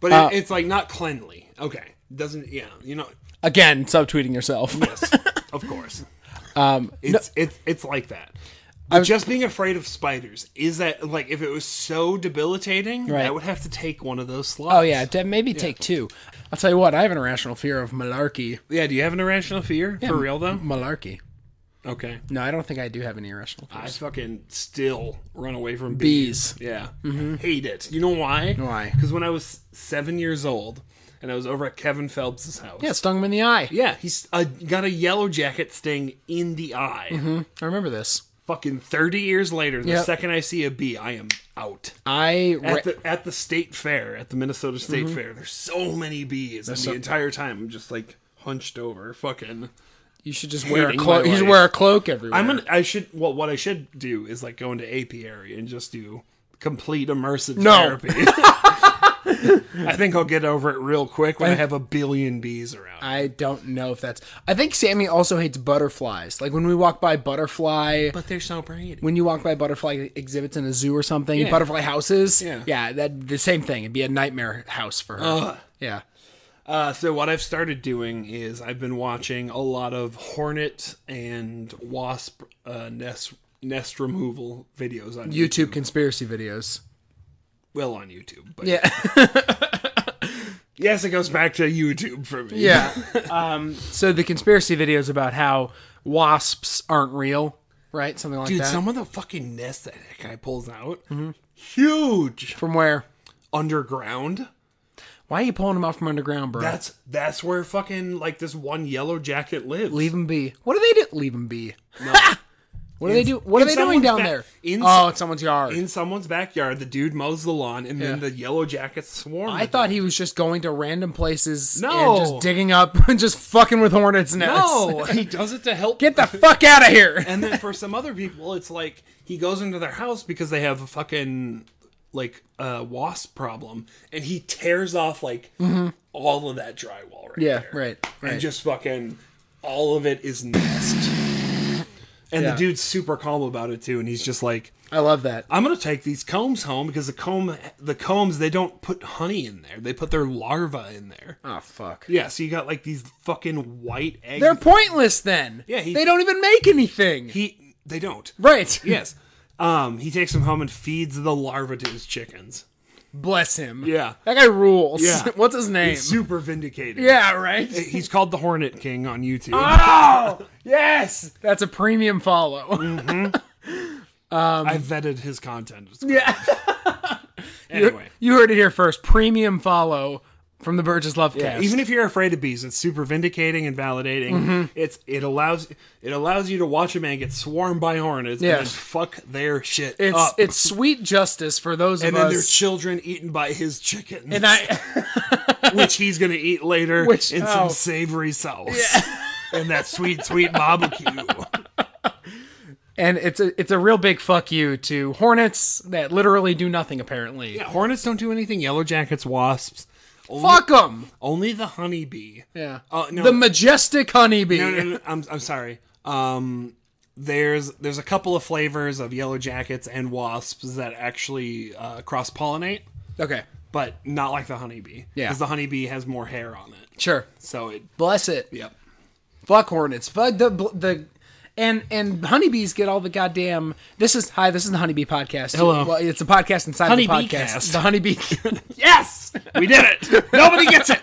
Speaker 3: but
Speaker 2: Uh,
Speaker 3: it, it's like not cleanly. Okay, doesn't yeah? You know,
Speaker 2: Again, subtweeting yourself.
Speaker 3: yes, of course. Um, it's it's it's like that. But just being afraid of spiders is that like if it was so debilitating, I
Speaker 2: Right.
Speaker 3: would have to take one of those slots.
Speaker 2: Oh yeah, de- maybe take two. I'll tell you what, I have an irrational fear of malarkey.
Speaker 3: yeah. Do you have an irrational fear for real though?
Speaker 2: Malarkey.
Speaker 3: Okay,
Speaker 2: No, I don't think I do have any irrational
Speaker 3: I
Speaker 2: fears.
Speaker 3: fucking still run away from bees.
Speaker 2: Bees.
Speaker 3: Yeah. Hate it. You know why?
Speaker 2: Mm-hmm. Why?
Speaker 3: Because when I was seven years old and I was over at Kevin Phelps' house.
Speaker 2: Yeah, it stung him in the eye.
Speaker 3: Yeah, he's uh, got a yellow jacket sting in the eye.
Speaker 2: I remember this.
Speaker 3: Fucking 30 years later, the
Speaker 2: Yep.
Speaker 3: second I see a bee, I am out.
Speaker 2: I re-
Speaker 3: At the, at the state fair, at the Minnesota State Fair, there's so many bees. And the entire time, I'm just like hunched over. Fucking.
Speaker 2: you should just wear a
Speaker 3: Hating
Speaker 2: cloak.
Speaker 3: my
Speaker 2: You should
Speaker 3: life.
Speaker 2: wear a cloak everywhere.
Speaker 3: I'm gonna. I should. Well, what I should do is like go into apiary and just do complete immersive
Speaker 2: No.
Speaker 3: therapy. I think I'll get over it real quick when I have a billion bees around.
Speaker 2: I don't know if that's. I think Sammy also hates butterflies. Like when we walk by butterfly,
Speaker 3: But they're so pretty.
Speaker 2: when you walk by butterfly exhibits in a zoo or something, butterfly houses.
Speaker 3: Yeah.
Speaker 2: yeah, that the same thing. It'd be a nightmare house for her. Yeah,
Speaker 3: Uh, so what I've started doing is I've been watching a lot of hornet and wasp uh, nest nest removal videos on YouTube.
Speaker 2: YouTube conspiracy videos.
Speaker 3: Well, on YouTube, but
Speaker 2: Yeah.
Speaker 3: yes, it goes back to YouTube for me.
Speaker 2: Yeah. um, so the conspiracy videos about how wasps aren't real, right? Something like
Speaker 3: dude,
Speaker 2: that. Mm-hmm.
Speaker 3: some of the fucking nests that that guy pulls out, huge
Speaker 2: From where?
Speaker 3: underground.
Speaker 2: Why are you pulling them out from underground, bro?
Speaker 3: That's that's where fucking like this one yellow jacket lives.
Speaker 2: Leave them be. What do they do? Leave them be. what do they do? What
Speaker 3: in
Speaker 2: are they doing
Speaker 3: someone's
Speaker 2: down
Speaker 3: ba-
Speaker 2: there?
Speaker 3: in
Speaker 2: oh,
Speaker 3: some-
Speaker 2: it's someone's yard.
Speaker 3: in someone's backyard. The dude mows the lawn, and then
Speaker 2: Yeah.
Speaker 3: the yellow jackets swarm.
Speaker 2: I
Speaker 3: with
Speaker 2: thought he was just going to random places
Speaker 3: No.
Speaker 2: and just digging up and just fucking with hornets'
Speaker 3: him.
Speaker 2: nests.
Speaker 3: no, he does it to help.
Speaker 2: Get the fuck out of here.
Speaker 3: and then for some other people, it's like he goes into their house because they have a fucking like uh, wasp problem, and he tears off like all of that drywall right
Speaker 2: yeah,
Speaker 3: there.
Speaker 2: right.
Speaker 3: and
Speaker 2: right.
Speaker 3: just fucking all of it is nest. And
Speaker 2: Yeah.
Speaker 3: the dude's super calm about it too, and he's just like,
Speaker 2: I love that.
Speaker 3: I'm gonna take these combs home because the comb the combs they don't put honey in there. They put their larvae in there.
Speaker 2: Oh fuck.
Speaker 3: Yeah, so you got like these fucking white eggs.
Speaker 2: They're pointless then.
Speaker 3: Yeah, he-
Speaker 2: they don't even make anything.
Speaker 3: he they don't.
Speaker 2: right.
Speaker 3: Yes. Um he takes them home and feeds the larvae to his chickens.
Speaker 2: Bless him.
Speaker 3: Yeah.
Speaker 2: That guy rules.
Speaker 3: Yeah.
Speaker 2: What's his name?
Speaker 3: He's super vindicated.
Speaker 2: yeah, right?
Speaker 3: He's called the Hornet King on YouTube.
Speaker 2: oh, yes. That's a premium follow.
Speaker 3: I vetted his content. It's great.
Speaker 2: yeah.
Speaker 3: Anyway.
Speaker 2: You heard it here first. Premium follow from the Burgess Lovecast.
Speaker 3: Yeah, even if you're afraid of bees, it's super vindicating and validating.
Speaker 2: Mm-hmm.
Speaker 3: It's it allows it allows you to watch a man get swarmed by hornets
Speaker 2: Yeah.
Speaker 3: and then fuck their shit
Speaker 2: it's
Speaker 3: up.
Speaker 2: it's sweet justice for those
Speaker 3: and
Speaker 2: of
Speaker 3: then their
Speaker 2: us.
Speaker 3: children eaten by his chicken,
Speaker 2: and I
Speaker 3: which he's gonna eat later
Speaker 2: Which-
Speaker 3: in
Speaker 2: oh.
Speaker 3: some savory sauce and that sweet sweet barbecue.
Speaker 2: and it's a it's a real big fuck you to hornets that literally do nothing apparently.
Speaker 3: Yeah, hornets don't do anything. Yellow jackets, wasps, only,
Speaker 2: Fuck them.
Speaker 3: only the honeybee.
Speaker 2: Yeah.
Speaker 3: Oh, no.
Speaker 2: The majestic honeybee.
Speaker 3: No, no, no, I'm I'm sorry. Um, there's there's a couple of flavors of yellow jackets and wasps that actually uh, cross pollinate,
Speaker 2: Okay.
Speaker 3: but not like the honeybee.
Speaker 2: Yeah.
Speaker 3: because the honeybee has more hair on it.
Speaker 2: Sure.
Speaker 3: So it.
Speaker 2: Bless it.
Speaker 3: Yep.
Speaker 2: Fuck hornets. Fuck the the and and honeybees get all the goddamn. This is hi. This is the honeybee podcast.
Speaker 3: Hello.
Speaker 2: Well, it's a podcast inside
Speaker 3: Honeybee
Speaker 2: the podcast.
Speaker 3: cast.
Speaker 2: The honeybee.
Speaker 3: Yes, we did it. Nobody gets it.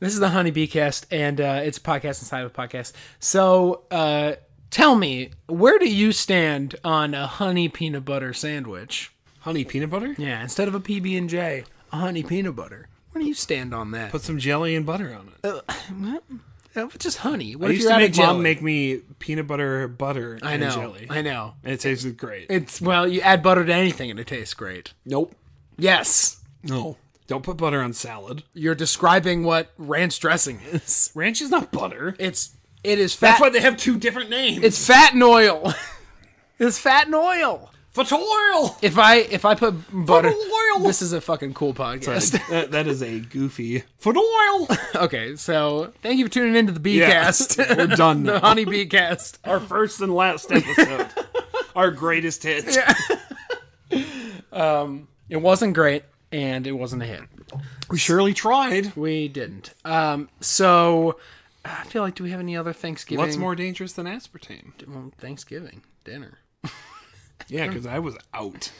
Speaker 2: this is the honeybee cast, and uh, it's a podcast inside of a podcast. So uh, tell me, where do you stand on a honey peanut butter sandwich?
Speaker 3: Honey peanut butter.
Speaker 2: Yeah, instead of a PB and J, a honey peanut butter. Where do you stand on that?
Speaker 3: Put some jelly and butter on it.
Speaker 2: Uh, just honey. What
Speaker 3: I
Speaker 2: if
Speaker 3: used
Speaker 2: you're
Speaker 3: to
Speaker 2: out of
Speaker 3: make
Speaker 2: jelly?
Speaker 3: mom make me peanut butter butter.
Speaker 2: I
Speaker 3: and
Speaker 2: know.
Speaker 3: jelly.
Speaker 2: I know.
Speaker 3: And it tasted great.
Speaker 2: It's well, you add butter to anything and it tastes great.
Speaker 3: nope.
Speaker 2: Yes.
Speaker 3: No. Don't put butter on salad.
Speaker 2: you're describing what ranch dressing is.
Speaker 3: Ranch is not butter.
Speaker 2: It's it is fat.
Speaker 3: That's why they have two different names.
Speaker 2: it's fat and oil. it's fat and oil.
Speaker 3: Fatal oil.
Speaker 2: If I if I put butter
Speaker 3: Fatal oil oil.
Speaker 2: This is a fucking cool podcast.
Speaker 3: that, that is a goofy for the oil.
Speaker 2: okay, so thank you for tuning into the B
Speaker 3: Yeah.
Speaker 2: cast.
Speaker 3: We're done
Speaker 2: the
Speaker 3: now.
Speaker 2: Honey Bee cast.
Speaker 3: Our first and last episode. Our greatest hits.
Speaker 2: It wasn't great and it wasn't a hit.
Speaker 3: We surely tried.
Speaker 2: We didn't. Um so I feel like do we have any other Thanksgiving
Speaker 3: What's more dangerous than aspartame?
Speaker 2: Well, Thanksgiving dinner?
Speaker 3: Yeah, because I was out.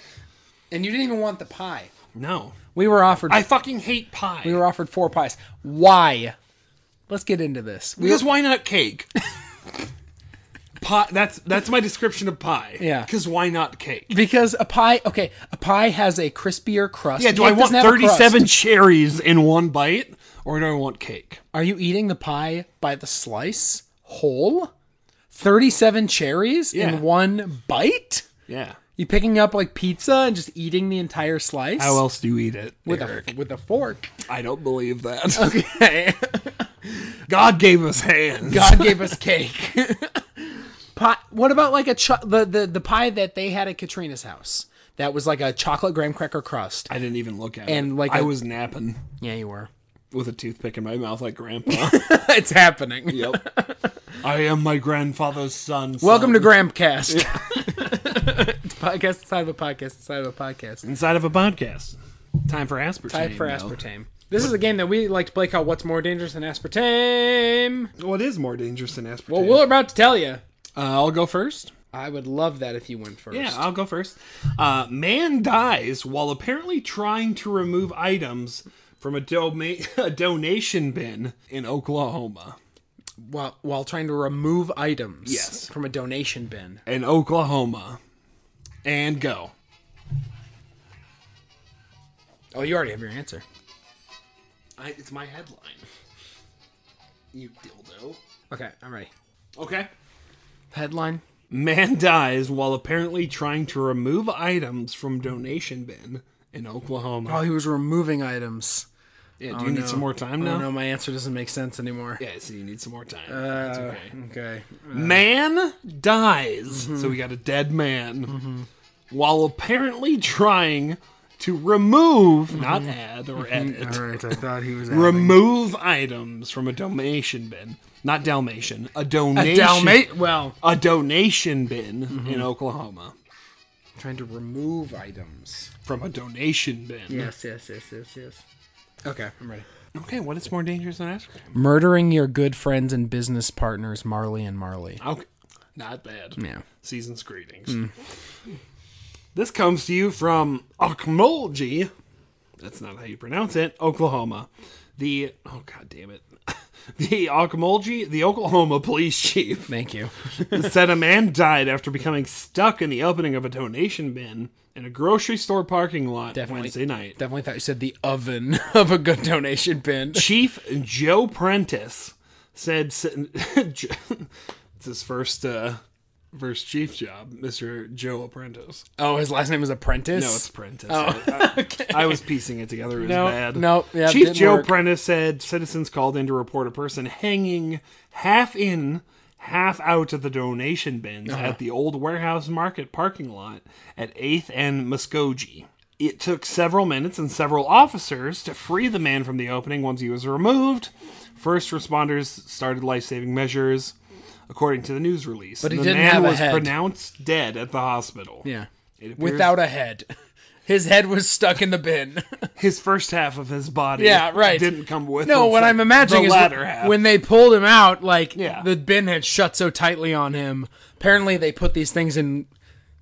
Speaker 2: And you didn't even want the pie.
Speaker 3: No.
Speaker 2: We were offered
Speaker 3: I fucking hate pie.
Speaker 2: we were offered four pies. Why? Let's get into this. We
Speaker 3: because why not cake? pie. That's that's my description of pie.
Speaker 2: Yeah.
Speaker 3: Because why not cake?
Speaker 2: Because a pie, okay, a pie has a crispier crust.
Speaker 3: Yeah. Do
Speaker 2: Cake
Speaker 3: I want
Speaker 2: doesn't have a crust.
Speaker 3: thirty-seven cherries in one bite, or do I want cake?
Speaker 2: Are you eating the pie by the slice whole? Thirty-seven cherries
Speaker 3: Yeah.
Speaker 2: in one bite.
Speaker 3: Yeah.
Speaker 2: You picking up like pizza and just eating the entire slice
Speaker 3: How else do you eat it?
Speaker 2: with
Speaker 3: Eric?
Speaker 2: a with a fork?
Speaker 3: I don't believe that.
Speaker 2: Okay,
Speaker 3: God gave us hands.
Speaker 2: God gave us cake. pie. What about like a cho- the, the the pie that they had at Katrina's house? That was like a chocolate graham cracker crust.
Speaker 3: I didn't even look at it.
Speaker 2: And, like,
Speaker 3: I
Speaker 2: a-
Speaker 3: was napping
Speaker 2: Yeah, you were.
Speaker 3: with a toothpick in my mouth like grandpa.
Speaker 2: it's happening.
Speaker 3: yep. I am my grandfather's son.
Speaker 2: Welcome to
Speaker 3: son.
Speaker 2: Grahamcast. It's a podcast inside of a podcast inside of a podcast.
Speaker 3: inside of a podcast. Time for aspartame.
Speaker 2: Time for
Speaker 3: though.
Speaker 2: aspartame. This is a game that we like to play called "What's More Dangerous Than Aspartame."
Speaker 3: Well, it is more dangerous than aspartame.
Speaker 2: Well, we're about to tell you.
Speaker 3: uh, I'll go first.
Speaker 2: I would love that if you went first.
Speaker 3: Yeah, I'll go first. Uh, man dies while apparently trying to remove items from a, doma- a donation bin in Oklahoma.
Speaker 2: While while trying to remove items.
Speaker 3: Yes.
Speaker 2: From a donation bin.
Speaker 3: In Oklahoma. And go.
Speaker 2: Oh, you already have your answer.
Speaker 3: I, it's my headline. You dildo.
Speaker 2: Okay, I'm ready.
Speaker 3: Okay.
Speaker 2: Headline.
Speaker 3: Man dies while apparently trying to remove items from donation bin in Oklahoma.
Speaker 2: Oh, he was removing items.
Speaker 3: yeah, do you need some more time
Speaker 2: Oh, No,
Speaker 3: now?
Speaker 2: no, my answer doesn't make sense anymore.
Speaker 3: Yeah, so you need some more time.
Speaker 2: Uh,
Speaker 3: That's okay.
Speaker 2: okay.
Speaker 3: Man dies. So we got a dead man. While apparently trying to remove, not add Mm-hmm. or edit,
Speaker 2: All right, I thought he was.
Speaker 3: remove items from a donation bin. Not Dalmatian. A donation.
Speaker 2: Dalmate. Well,
Speaker 3: a donation bin in Oklahoma.
Speaker 2: trying to remove items.
Speaker 3: From a donation bin.
Speaker 2: Yes, yes, yes, yes, yes. Okay, I'm ready.
Speaker 3: Okay, what is more dangerous than ice cream?
Speaker 2: Murdering your good friends and business partners, Marley and Marley.
Speaker 3: Okay. Not bad.
Speaker 2: Yeah. Mm.
Speaker 3: Season's greetings. This comes to you from Okmulgee. That's not how you pronounce it. Oklahoma. The oh god damn it. The Okmulgee, the Oklahoma police chief,
Speaker 2: Thank you.
Speaker 3: said a man died after becoming stuck in the opening of a donation bin in a grocery store parking lot
Speaker 2: Definitely.
Speaker 3: Wednesday night.
Speaker 2: Definitely thought you said the oven of a good donation bin.
Speaker 3: Chief Joe Prentice said it's his first uh first chief job, Mr. Joe Apprentice.
Speaker 2: Oh, his last name is Apprentice? Oh,
Speaker 3: No, it's Prentice. I, I was piecing it together as
Speaker 2: No,
Speaker 3: bad.
Speaker 2: no, yeah,
Speaker 3: Chief
Speaker 2: didn't
Speaker 3: Joe
Speaker 2: work.
Speaker 3: Prentice said citizens called in to report a person hanging half in, half out of the donation bins
Speaker 2: Uh-huh.
Speaker 3: at the old warehouse market parking lot at 8th and Muskogee. It took several minutes and several officers to free the man from the opening once he was removed. First responders started life saving measures, according to the news release. But
Speaker 2: he
Speaker 3: the
Speaker 2: didn't
Speaker 3: man
Speaker 2: have a
Speaker 3: was
Speaker 2: head.
Speaker 3: pronounced dead at the hospital.
Speaker 2: yeah.
Speaker 3: It appears-
Speaker 2: Without a head. His head was stuck in the bin.
Speaker 3: his first half of his body
Speaker 2: Yeah, right.
Speaker 3: didn't come with
Speaker 2: no,
Speaker 3: him,
Speaker 2: what
Speaker 3: so
Speaker 2: I'm imagining
Speaker 3: the
Speaker 2: is
Speaker 3: latter
Speaker 2: when,
Speaker 3: half
Speaker 2: when they pulled him out, like
Speaker 3: Yeah.
Speaker 2: the bin had shut so tightly on him. Apparently, they put these things in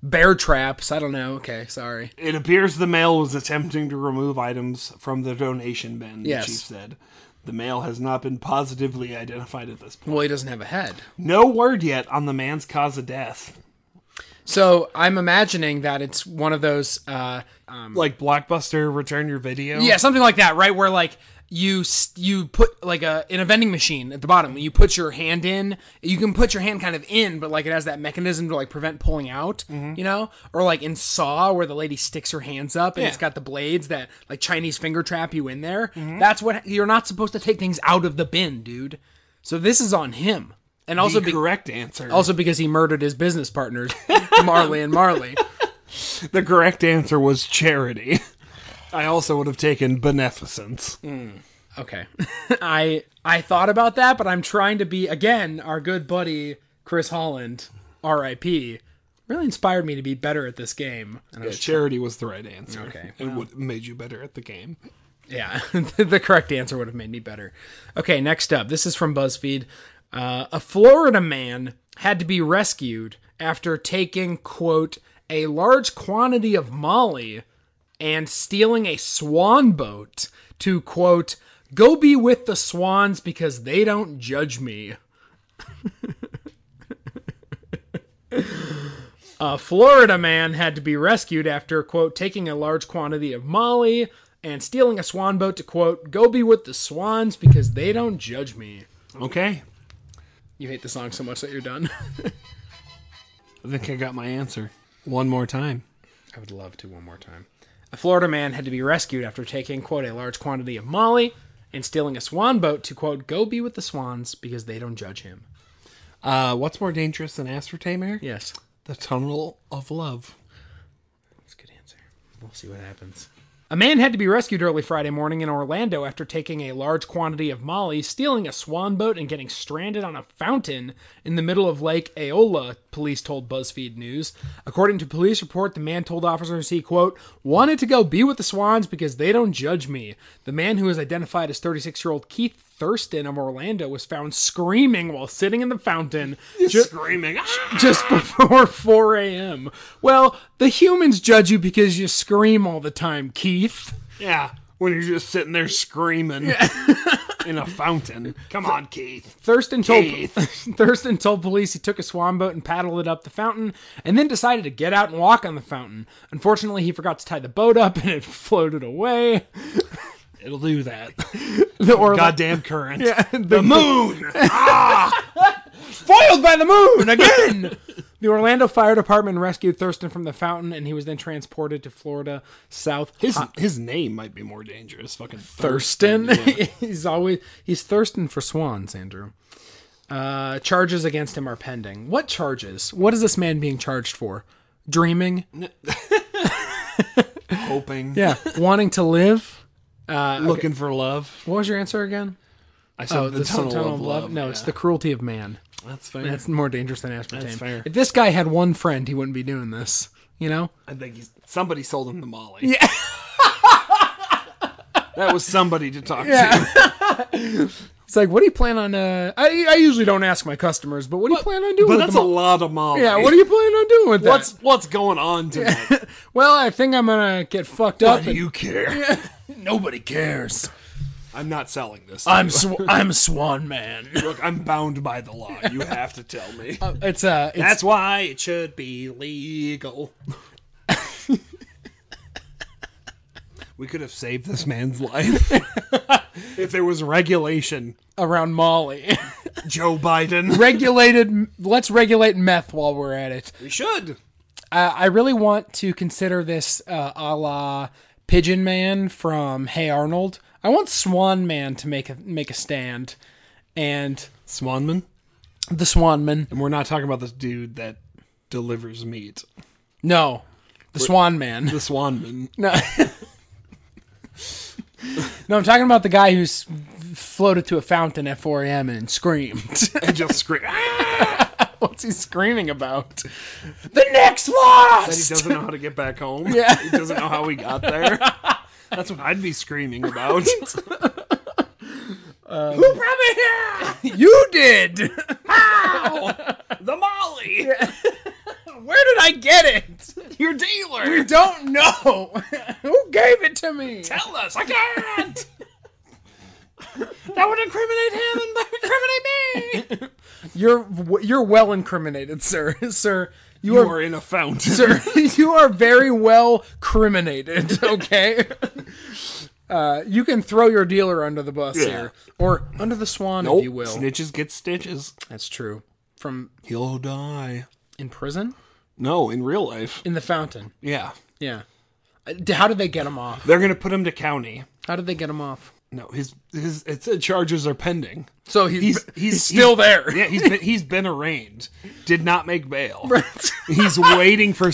Speaker 2: bear traps. I don't know. Okay, sorry.
Speaker 3: it appears the male was attempting to remove items from the donation bin
Speaker 2: Yes.
Speaker 3: the chief said the male has not been positively identified at this point
Speaker 2: Well, he doesn't have a head.
Speaker 3: no word yet on the man's cause of death
Speaker 2: So I'm imagining that it's one of those, uh,
Speaker 3: like blockbuster return your video
Speaker 2: yeah, something like that, right? Where like you s- you put like a in a vending machine at the bottom, you put your hand in. You can put your hand kind of in, but like it has that mechanism to like prevent pulling out, you know? Or like in Saw, where the lady sticks her hands up and
Speaker 3: Yeah.
Speaker 2: it's got the blades that like Chinese finger trap you in there. That's what you're not supposed to take things out of the bin, dude. So this is on him, and also
Speaker 3: the
Speaker 2: be-
Speaker 3: correct answer
Speaker 2: also because he murdered his business partners, Marley and Marley.
Speaker 3: the correct answer was charity I also would have taken beneficence.
Speaker 2: Okay. I I thought about that, but I'm trying to be again our good buddy Chris Holland, R.I.P. Really inspired me to be better at this game. And I
Speaker 3: Yeah,
Speaker 2: was-
Speaker 3: charity was the right answer.
Speaker 2: Okay,
Speaker 3: It would made you better at the game.
Speaker 2: yeah, the correct answer would have made me better. Okay, next up. This is from BuzzFeed. Uh, a Florida man had to be rescued after taking quote a large quantity of Molly and stealing a swan boat to quote go be with the swans because they don't judge me. A Florida man had to be rescued after, quote, taking a large quantity of Molly and stealing a swan boat to, quote, go be with the swans because they don't judge me.
Speaker 3: Okay.
Speaker 2: You hate the song so much that you're done.
Speaker 3: I think I got my answer. One more time.
Speaker 2: I would love to one more time. A Florida man had to be rescued after taking, quote, a large quantity of Molly and stealing a swan boat to, quote, go be with the swans because they don't judge him.
Speaker 3: Uh, what's more dangerous than aspartame?
Speaker 2: Yes.
Speaker 3: The tunnel of love.
Speaker 2: That's a good answer. We'll see what happens. A man had to be rescued early Friday morning in Orlando after taking a large quantity of Molly, stealing a swan boat, and getting stranded on a fountain in the middle of Lake Aola, police told BuzzFeed News. According to police report, the man told officers he, quote, wanted to go be with the swans because they don't judge me. The man who is identified as 36 year old Keith Thurston of Orlando was found screaming while sitting in the fountain. ju-
Speaker 3: Screaming. "Ah!"
Speaker 2: just before 4 a.m. Well, the humans judge you because you scream all the time, Keith.
Speaker 3: Yeah. When you're just sitting there screaming in a fountain. Come on, Keith.
Speaker 2: Thurston told
Speaker 3: Keith.
Speaker 2: Thurston told police he took a swan boat and paddled it up the fountain, and then decided to get out and walk on the fountain. Unfortunately, he forgot to tie the boat up, and it floated away.
Speaker 3: It'll do that. Oh,
Speaker 2: The Orla-
Speaker 3: Goddamn current.
Speaker 2: the, moon
Speaker 3: Foiled by the moon.
Speaker 2: again. the Orlando Fire Department rescued Thurston from the fountain, and he was then transported to Florida South.
Speaker 3: His his name might be more dangerous. Fucking
Speaker 2: Thurston.
Speaker 3: Thurston. Yeah.
Speaker 2: he's always he's thirsting for swans, Andrew. Uh, charges against him are pending. What charges? What is this man being charged for? Dreaming?
Speaker 3: Hoping.
Speaker 2: Yeah. Wanting to live?
Speaker 3: Looking for love.
Speaker 2: What was your answer again?
Speaker 3: I said Oh, the, tunnel, of love.
Speaker 2: No, it's
Speaker 3: yeah.
Speaker 2: the cruelty of man.
Speaker 3: That's fair.
Speaker 2: That's more dangerous than aspartame.
Speaker 3: That's fair.
Speaker 2: If this guy had one friend, he wouldn't be doing this. You know?
Speaker 3: I think he's somebody sold him the Molly. Yeah. that was somebody to talk to.
Speaker 2: It's like, what do you plan on? Uh, I I usually don't ask my customers, but what do you plan on doing?
Speaker 3: But
Speaker 2: with
Speaker 3: that's
Speaker 2: the
Speaker 3: a
Speaker 2: mo-
Speaker 3: lot of Molly.
Speaker 2: yeah. What are you planning on doing with that?
Speaker 3: What's what's going on tonight?
Speaker 2: well, I think I'm gonna get fucked up. and-
Speaker 3: care?
Speaker 2: Nobody cares.
Speaker 3: I'm not selling this.
Speaker 2: I'm sw- I'm Swan Man.
Speaker 3: Look, I'm bound by the law. You have to tell me.
Speaker 2: It's uh, it's,
Speaker 3: That's why it should be legal. we could have saved this man's life if there was regulation.
Speaker 2: around Molly.
Speaker 3: Joe Biden.
Speaker 2: Regulated. Let's regulate meth while we're at it.
Speaker 3: We should.
Speaker 2: Uh, I really want to consider this uh, a la Pigeon Man from Hey Arnold. I want Swan Man to make a make a stand, and
Speaker 3: Swanman.
Speaker 2: the Swan Man.
Speaker 3: And we're not talking about this dude that delivers meat.
Speaker 2: No, the Swan Man.
Speaker 3: The Swanman.
Speaker 2: No. no, I'm talking about the guy who's floated to a fountain at 4 a.m. and screamed.
Speaker 3: And just scream.
Speaker 2: What's he screaming about? The Knicks lost.
Speaker 3: He doesn't know how to get back home. Yeah. He doesn't know how we got there. That's what I'd be screaming about. Who brought me here?
Speaker 2: you did. Where
Speaker 3: The Molly.
Speaker 2: did I get it?
Speaker 3: Your dealer.
Speaker 2: I don't know. Who gave it to me?
Speaker 3: Tell us. I can't. that would incriminate him and incriminate me.
Speaker 2: You're you're well incriminated, sir. Sir, you,
Speaker 3: You
Speaker 2: are
Speaker 3: are in a fountain.
Speaker 2: sir, you are very well criminated, okay? Uh, you can throw your dealer under the bus here, or under the swan, if you will.
Speaker 3: Snitches get stitches.
Speaker 2: That's true. From
Speaker 3: He'll die.
Speaker 2: in prison,
Speaker 3: No, in real life.
Speaker 2: in the fountain.
Speaker 3: Yeah.
Speaker 2: Yeah. Uh, d- How did they get him off?
Speaker 3: They're going to put him to county.
Speaker 2: How did they get him off?
Speaker 3: No, his his it said charges are pending.
Speaker 2: So he's
Speaker 3: He's-
Speaker 2: he's,
Speaker 3: he's-
Speaker 2: still there.
Speaker 3: Yeah, he's been he's been arraigned. Did not make bail. He's waiting for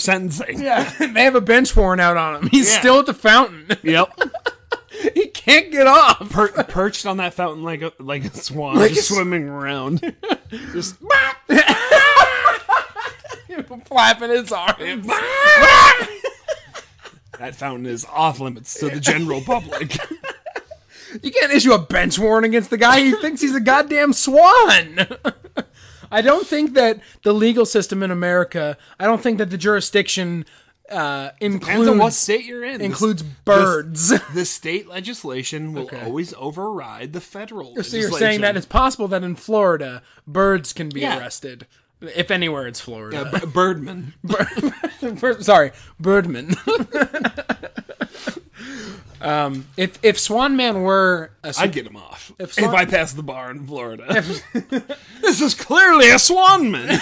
Speaker 3: sentencing.
Speaker 2: they have a bench warrant out on him. He's
Speaker 3: Yeah.
Speaker 2: still at the fountain.
Speaker 3: Yep.
Speaker 2: he can't get off.
Speaker 3: Per- perched on that fountain like a like a swan,
Speaker 2: Like
Speaker 3: just
Speaker 2: a s-
Speaker 3: swimming around. Just
Speaker 2: Flapping his arms.
Speaker 3: that fountain is off limits to the general public.
Speaker 2: you can't issue a bench warrant against the guy. He thinks he's a goddamn swan. I don't think that the legal system in America. I don't think that the jurisdiction uh,
Speaker 3: Depends on what
Speaker 2: includes
Speaker 3: state you're in.
Speaker 2: includes birds.
Speaker 3: The state legislation will
Speaker 2: Okay.
Speaker 3: always override the federal.
Speaker 2: So you're saying that it's possible that in Florida birds can be
Speaker 3: Yeah.
Speaker 2: arrested. If anywhere, it's Florida.
Speaker 3: Uh, B- Birdman.
Speaker 2: Bir- Sorry, Birdman. um, if if Swan Man were a
Speaker 3: I'd get him off if,
Speaker 2: Swan-
Speaker 3: I passed the bar in Florida. this is clearly a swanman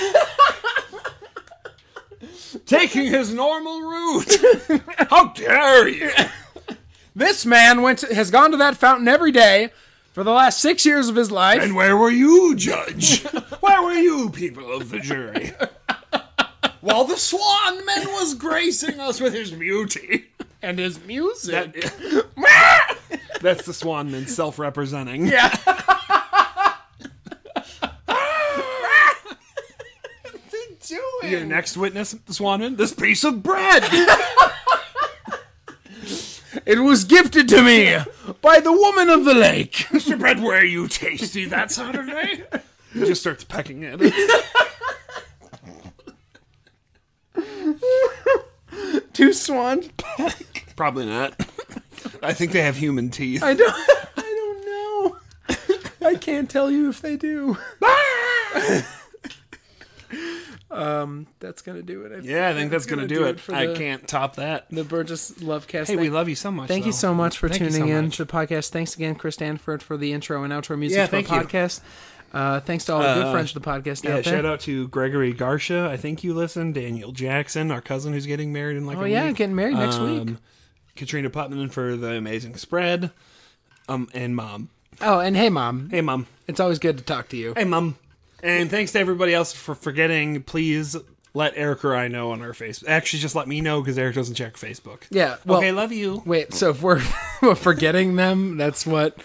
Speaker 3: taking his normal route. How dare you?
Speaker 2: this man went to, has gone to that fountain every day for the last six years of his life.
Speaker 3: And where were you, judge? Where were you, people of the jury? While the swanman was gracing us with his beauty.
Speaker 2: and his music.
Speaker 3: That's the swanman self-representing.
Speaker 2: yeah.
Speaker 3: Your next witness, Swanman, this piece of bread.
Speaker 2: It was gifted to me by the woman of the lake.
Speaker 3: Mr. Bread, were you tasty that Saturday? He just starts pecking at it.
Speaker 2: Two swans.
Speaker 3: Probably not. I think they have human teeth.
Speaker 2: I don't. I don't know. I can't tell you if they do. um, that's gonna do it. I
Speaker 3: Yeah, I think that's gonna do it.
Speaker 2: for
Speaker 3: I
Speaker 2: the-
Speaker 3: can't top that.
Speaker 2: The Burgess Lovecast.
Speaker 3: Hey, we love you so much.
Speaker 2: Thank you
Speaker 3: though.
Speaker 2: so much for
Speaker 3: Thank you
Speaker 2: tuning
Speaker 3: so
Speaker 2: in
Speaker 3: much.
Speaker 2: to the podcast. Thanks again, Chris Danford, for the intro and outro music
Speaker 3: Yeah,
Speaker 2: for the
Speaker 3: thank you.
Speaker 2: podcast. Uh, thanks to all the good friends of the podcast
Speaker 3: Yeah,
Speaker 2: out there.
Speaker 3: shout out to Gregory Garsha. I think you listened. Daniel Jackson, our cousin who's getting married in like
Speaker 2: Oh
Speaker 3: a
Speaker 2: yeah,
Speaker 3: week.
Speaker 2: getting married next week.
Speaker 3: Um, Katrina Putman for the amazing spread. Um, and mom.
Speaker 2: Oh, and hey, mom,
Speaker 3: Hey, mom.
Speaker 2: it's always good to talk to you.
Speaker 3: Hey, mom. And thanks to everybody else for forgetting. Please let Eric or I know on our Facebook. Actually, just let me know because Eric doesn't check Facebook.
Speaker 2: Yeah. Well,
Speaker 3: okay, love you.
Speaker 2: Wait, so if we're, we're forgetting them, that's what.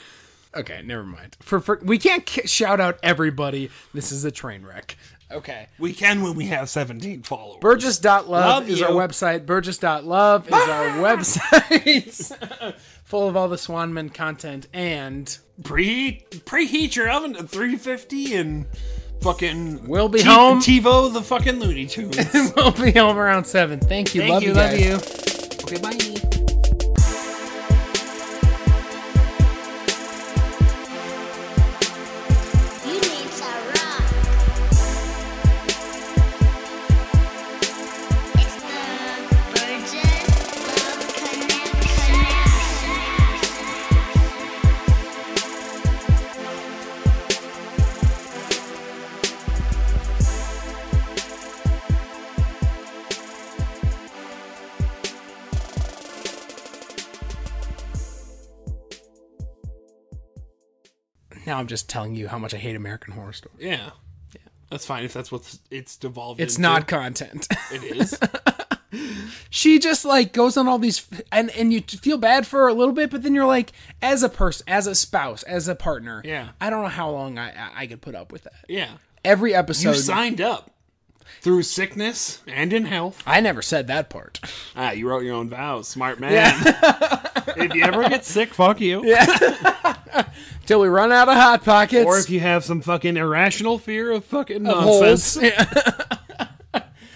Speaker 2: Okay, never mind. For, for we can't k- shout out everybody. This is a train wreck. Okay.
Speaker 3: We can when we have 17 followers.
Speaker 2: Burgess.love
Speaker 3: Love
Speaker 2: is
Speaker 3: you.
Speaker 2: our website. Burgess.love is our website. Full of all the Swanman content and
Speaker 3: Pre preheat your oven to 350 and fucking
Speaker 2: We'll be home.
Speaker 3: TiVo the fucking Looney Tunes. okay,
Speaker 2: we'll be home around 7. Thank you.
Speaker 3: Thank
Speaker 2: love
Speaker 3: you,
Speaker 2: you.
Speaker 3: love
Speaker 2: guys.
Speaker 3: you. bye.
Speaker 1: You need to rock. It's the Burgess Love Connection.
Speaker 2: Now I'm just telling you how much I hate American Horror Story.
Speaker 3: Yeah. yeah. That's fine if that's what it's devolved
Speaker 2: It's
Speaker 3: into.
Speaker 2: not content.
Speaker 3: It is.
Speaker 2: she just like goes on all these and and you feel bad for her a little bit but then you're like as a person as a spouse as a partner
Speaker 3: Yeah.
Speaker 2: i don't know how long i i, I could put up with that
Speaker 3: yeah.
Speaker 2: every
Speaker 3: You
Speaker 2: episode
Speaker 3: signed up through sickness and in health.
Speaker 2: i never said that part
Speaker 3: Ah, you wrote your own vows, smart man. if you ever get sick, fuck you.
Speaker 2: till we run out of hot pockets
Speaker 3: Or if you have some fucking irrational fear of fucking
Speaker 2: holes.
Speaker 3: nonsense,
Speaker 2: Yeah.